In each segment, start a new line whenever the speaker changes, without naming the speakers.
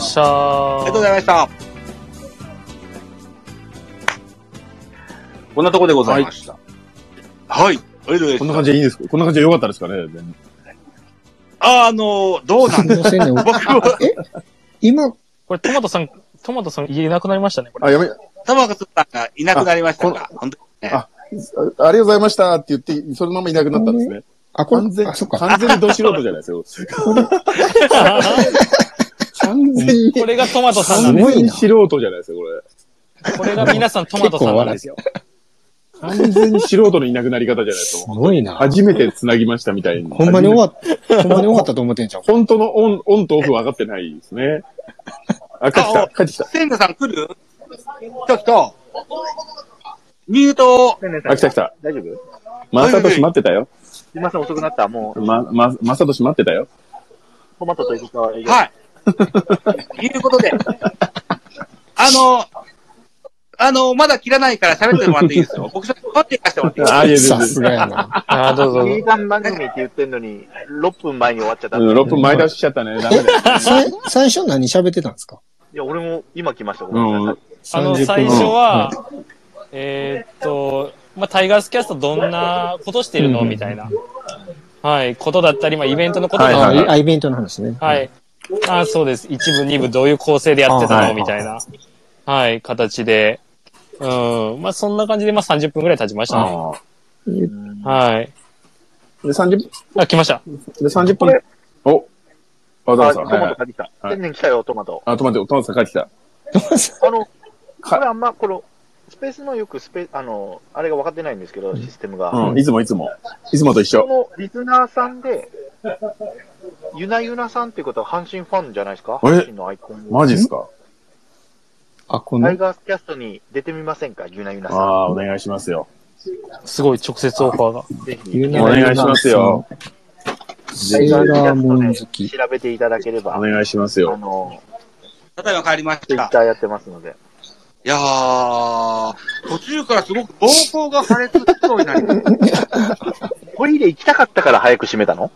した
ありがとうございました。こんなとこでございました。はい。ありがとうございました
こんな感じでいいですかこんな感じで良かったですかね全然
ああの、どう なん
すいませんね。
僕は、
え今、
これ、トマトさん、トマトさん家いなくなりましたね、これ。
あ、やめ、あ
タバコさんがいなくなりましたが、本当に
ありがとうございましたって言って、そのままいなくなったんですね。
あ、こ
完
れ、
全、
あ、そっか。
完全にど素人じゃないですよ。完全に、
これがトマトさんな
完
んです。
全に素人じゃないですよ、これ。
これが皆さんトマトさんなんですよ。
完全に素人のいなくなり方じゃないです
す
か。
ごいな。
初めて繋ぎましたみたいに。
ほんまに終わった、ほんまに終わったと思ってんじゃん。
本当のオン、オンとオフ分かってないですね。あ、帰ってきた、帰ってきた。
千田さん来る来た来た。ミュートを。
あ、来た来た。
大丈夫す
マサトシ待ってたよ。
いません、遅くなった。もう、
ま、ま、マサトシ待ってたよ。
トマトとエビカは営 業。
はい。いうことで、あの、あの、まだ切らないから喋ってもらっていいです よ。僕ちょっと待っていかせてもらっていいです
あ、いや、全
さ
然
すがやな。
ああ、どうぞどう
2
ぞ
時。間番組って言ってんのに、6分前に終わっちゃった。
うん、
い
6分前倒ししちゃったね。ダメだよ。
さい最初何喋ってたんですか
や、俺も今来ました。ごめんな
う
さ
ん
い。
あの、
30分
最初は、えーっと、まあ、タイガースキャストどんなことしてるの
うん
みたいな、はい、ことだったり、まあ、イベントのことだっ
はい
た
はい
り、
はい
あ、イベントの話ね。
はい。あそうです。一部、二部、どういう構成でやって
あ
た
は
の
い
みたいな、はい、形で。うん。まあ、そんな感じで、まあ、30分ぐらい経ちましたね。
ああ
はい。
で、30、
あ、来ました。
で、30分。お、あ、
あ、
ダ
ト
メさん。はいは
マ
い
ト帰ってきた。
はい
天然来たよ、トマト。
あ、ちょっと待って、トマトさん帰ってきた。
あの、こ
か
れあんま、この、スペースのよくスペース、あの、あれが分かってないんですけど、システムが。
うん、いつもいつも。いつもと一緒。
このリスナーさんで、ゆなゆなさんっていうことは阪神ファンじゃないですか
え
阪神のアイコン。
マジっすか
あ、こ
タイ
の、
ガースキャストに出てみませんかゆなゆな
あ
さ
あ、お願いしますよ。
すごい直接オファーが。
ん。ぜひ、
ゆ
お願いしますよ。
セーラームーン好き。
調べていただければ、
お
あ
願いしますよ。
の、
ただいま帰りまし
ツイッ
た。
ターやってますので。
いやー、途中からすごく膀胱が破裂しそうになりまし
トイレ行きたかったから早く閉めたの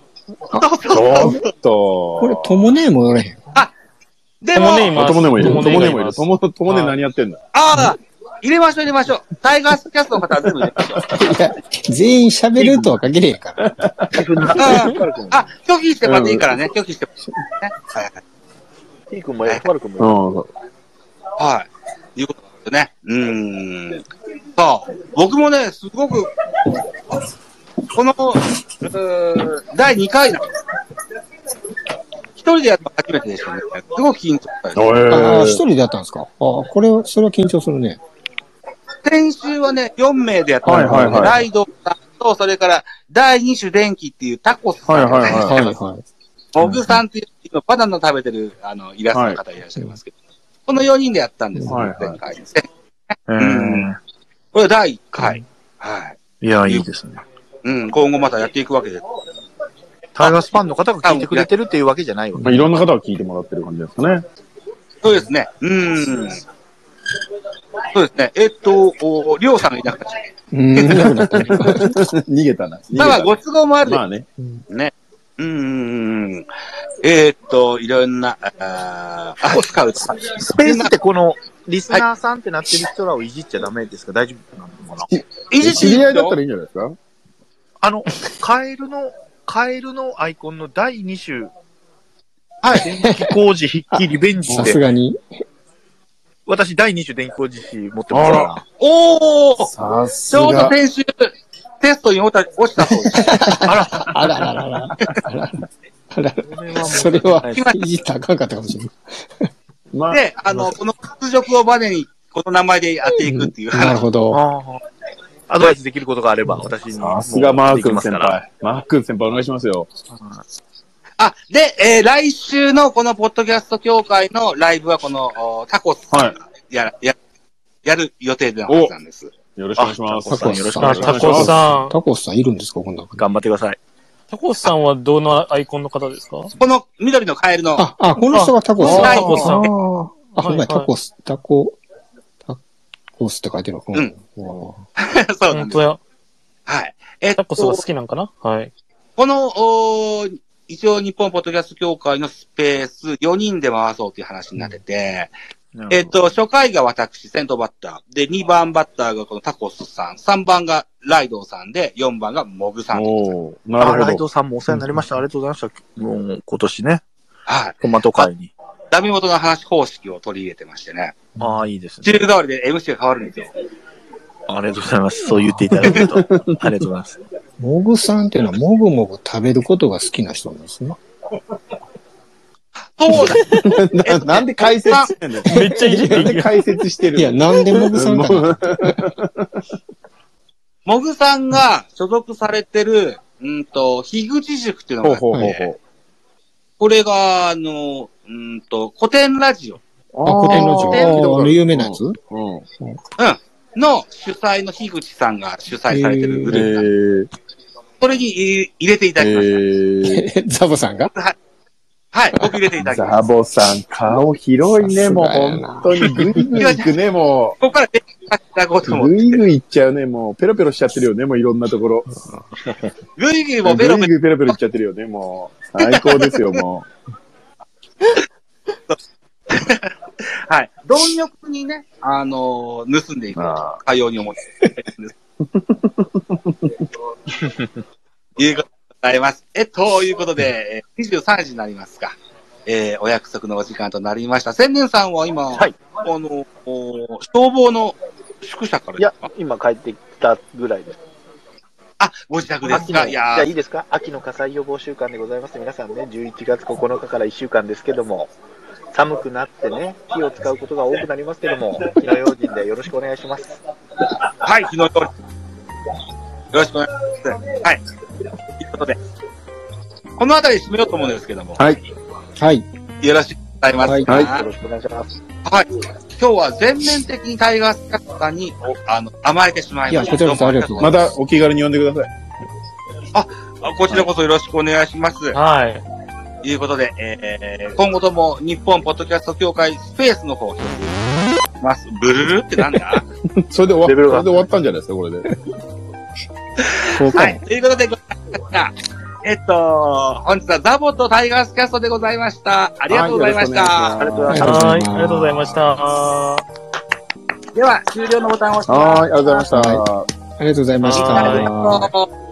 た。 そう
ち
そう
ょっと。
これ、ともねえもおれへん。
で
と
も
も、ねいます。
友ねもいる。友ね
が
もい
ま
る。
す
友、友ね何やってんだ
ああ、入れましょう入れましょう。タイガースキャストの方は全部入れましょう。
いや、全員喋るとは限れへんから。
自分の
ああ、あ拒否してまでいいからね。拒否してもね。はいはい
T 君も F ル君も
うん。
はい。いうことなんですね。うーん。さあ、僕もね、すごく、この、うー第2回なんです。一人でやったの初めてでしたね。すごく緊張したです。
ああ、一
え
人でやったんですかあこれは、それは緊張するね。
先週はね、4名でやったので、
はいはいはい
ライドさんと、それから、第2種電気っていうタコスさんがね、
はいはいはい
はいはい。
小グさんっていう、今バナナ食べてる、あの、イラストの方いらっしゃいますけど、この4人でやったんですよ、
はいはい
前回ですね。
うん。
これ第1回。はい。
いや、いいですね。
うん、今後またやっていくわけです。
タイガースファンの方が聞いてくれてるっていうわけじゃないよ。
まあ、いろんな方が聞いてもらってる感じですかね。
そうですね。うん。そうですね。えっと、おりょうさんがいなくなっちゃっ
うん、いなくなった ね。
逃げたな。逃げ
た。まあまあ、
た
ご都合もあるで
まあね。
うんうんうん。えーっと、いろんな、あー、あスカウトさん。
スペースってこの、リスナーさんってなってる人らをいじっちゃダメですか大丈夫なのかな
維持
知り合いだったらいいんじゃないですか
あの、カエルの、カエルのアイコンの第2種、
はい
電気工事筆記リベンジ
さ
っ
す
て、
がに。
私第2種電気工事紙持ってますか
おおち
さす
ょうど。先週、テストに落ちた落ちたそうです。
あらららら。あら
ら。これはもう
それは、いじったらあかんかったかもしれない。
まあ、
で、あの、この屈辱をバネに、この名前でやっていくっていう
なる
話。
ほど。
ああ。アドバイスできることがあれば、私に。
さすがマー君先
できますから。
輩。マー君先輩お願いしますよ。
あ、で、えー来週のこのポッドキャスト協会のライブはこの、おタコスさんがやら、や、やる予定のはずなんです。
よろしくお願いします。
タコスさん
あ、タコスさん。
タコスさんいるんですかこんな
頑張ってください。
タコスさんはどのアイコンの方ですか
この緑のカエルの、
あ、あ、この人がタコスさん。
あ
あ
タコスさん
ーあ、ほんま
はいはい
やタコス、タコ、タコスって書いてるの。う
うん。
お
そうな
本
んです
当。や。
はい。えっ
タコ
と、
スが好きなんかなはい。
この、おー一応日本ポッドキャスト協会のスペース4人で回そうという話になってて、えっ、と、初回が私、先頭バッター。で、2番バッターがこのタコスさん、3番がライドウさんで、4番がモグさんと。
おーな
あ、ラ
る
イ
ほど。
ドさんもお世話になりました。ありがとうございました。もう今年ね、
はい。
トマト会に。
ダメ元の話方式を取り入れてましてね。
ああ、いいですね。
中通りで MC が変わるんですよ。
ありがとうございます。そう言っていただけると。ありがとうございます。
モグさんっていうのは、もぐもぐ食べることが好きな人なんですね。
そう だ
ななんで解説してんの
めっちゃいじって
ないんで
く。
解説してる
いや、なんでモグさんかな。
モグさんが所属されてる、うんと、樋口塾っていうの
ほう
が
ほうほう
これが、あの、うんと、古典ラジオ
ほう。
あ、古典ラジ
あー
オ。あの、有名なやつ
うん。
の主催の樋口さんが主催されてるグループ
え
なんです。
ー、
それに入れていただきました。
え
えザボさんが
はい、僕入れていただ
ー、
き ました。
ザボさん、顔広いね、もう
さすがやな
本当に。ぐいぐい行くね、も
ここから出ていただこうと
う。
思って。
ぐいぐい行っちゃうね、もう。ペロペロしちゃってるよね、もういろんなところ。
ぐいぐい
ぐ
も
い
ベロ
ぐ
ベ
い
ロ。
ペロペロ行っちゃってるよね、もう。最高ですよ、も
はい。貪欲にね、あのー盗んでいく
う。あ
かように思って。いうことでございます。え、ということで、えー23時になりますか。えーお約束のお時間となりました。千年さんは今、
はい
あの、お消防の宿舎か ら
い
で
や
すか、
今帰ってきたぐらいです。
あ、ご自宅です
秋
か
の
い
じゃ
や
あ
ー
いいですか秋の火災予防週間でございます。皆さんね、11月9日から1週間ですけども、寒くなってね、火を使うことが多くなりますけども、火の用心でよろしくお願いします。
はい、日の通り。よろしくお願いします。はい。ということで、この辺りで締めようと思うんですけども、
はい。
よろしくお願いします。
はい
はい
よろしくお願いします。
はい。今日は全面的にタイガースキャスターに、おあの、甘えてしまいました。
いやこちらこそありがとう
ー
ござ
ま
い
たお気軽に呼んでください。
あこちらこそよろしくお願いします。
はい。
ということで、えー、今後とも日本ポッドキャスト協会スペースの方、ます。ブルルルってなんだ
それで終わ
レベル
そ
が
れで終わったんじゃないですか、これで。
そうかも。
はい。ということで、ございました。えっと、本日はザボとタイガースキャストでございました。ありがとうございました。
は
ありがとうございます
はい。ありがとうございました。
では、終了のボタンを押して
はい、ありがとうございました。
ありがとうございまし
はい
た。
います。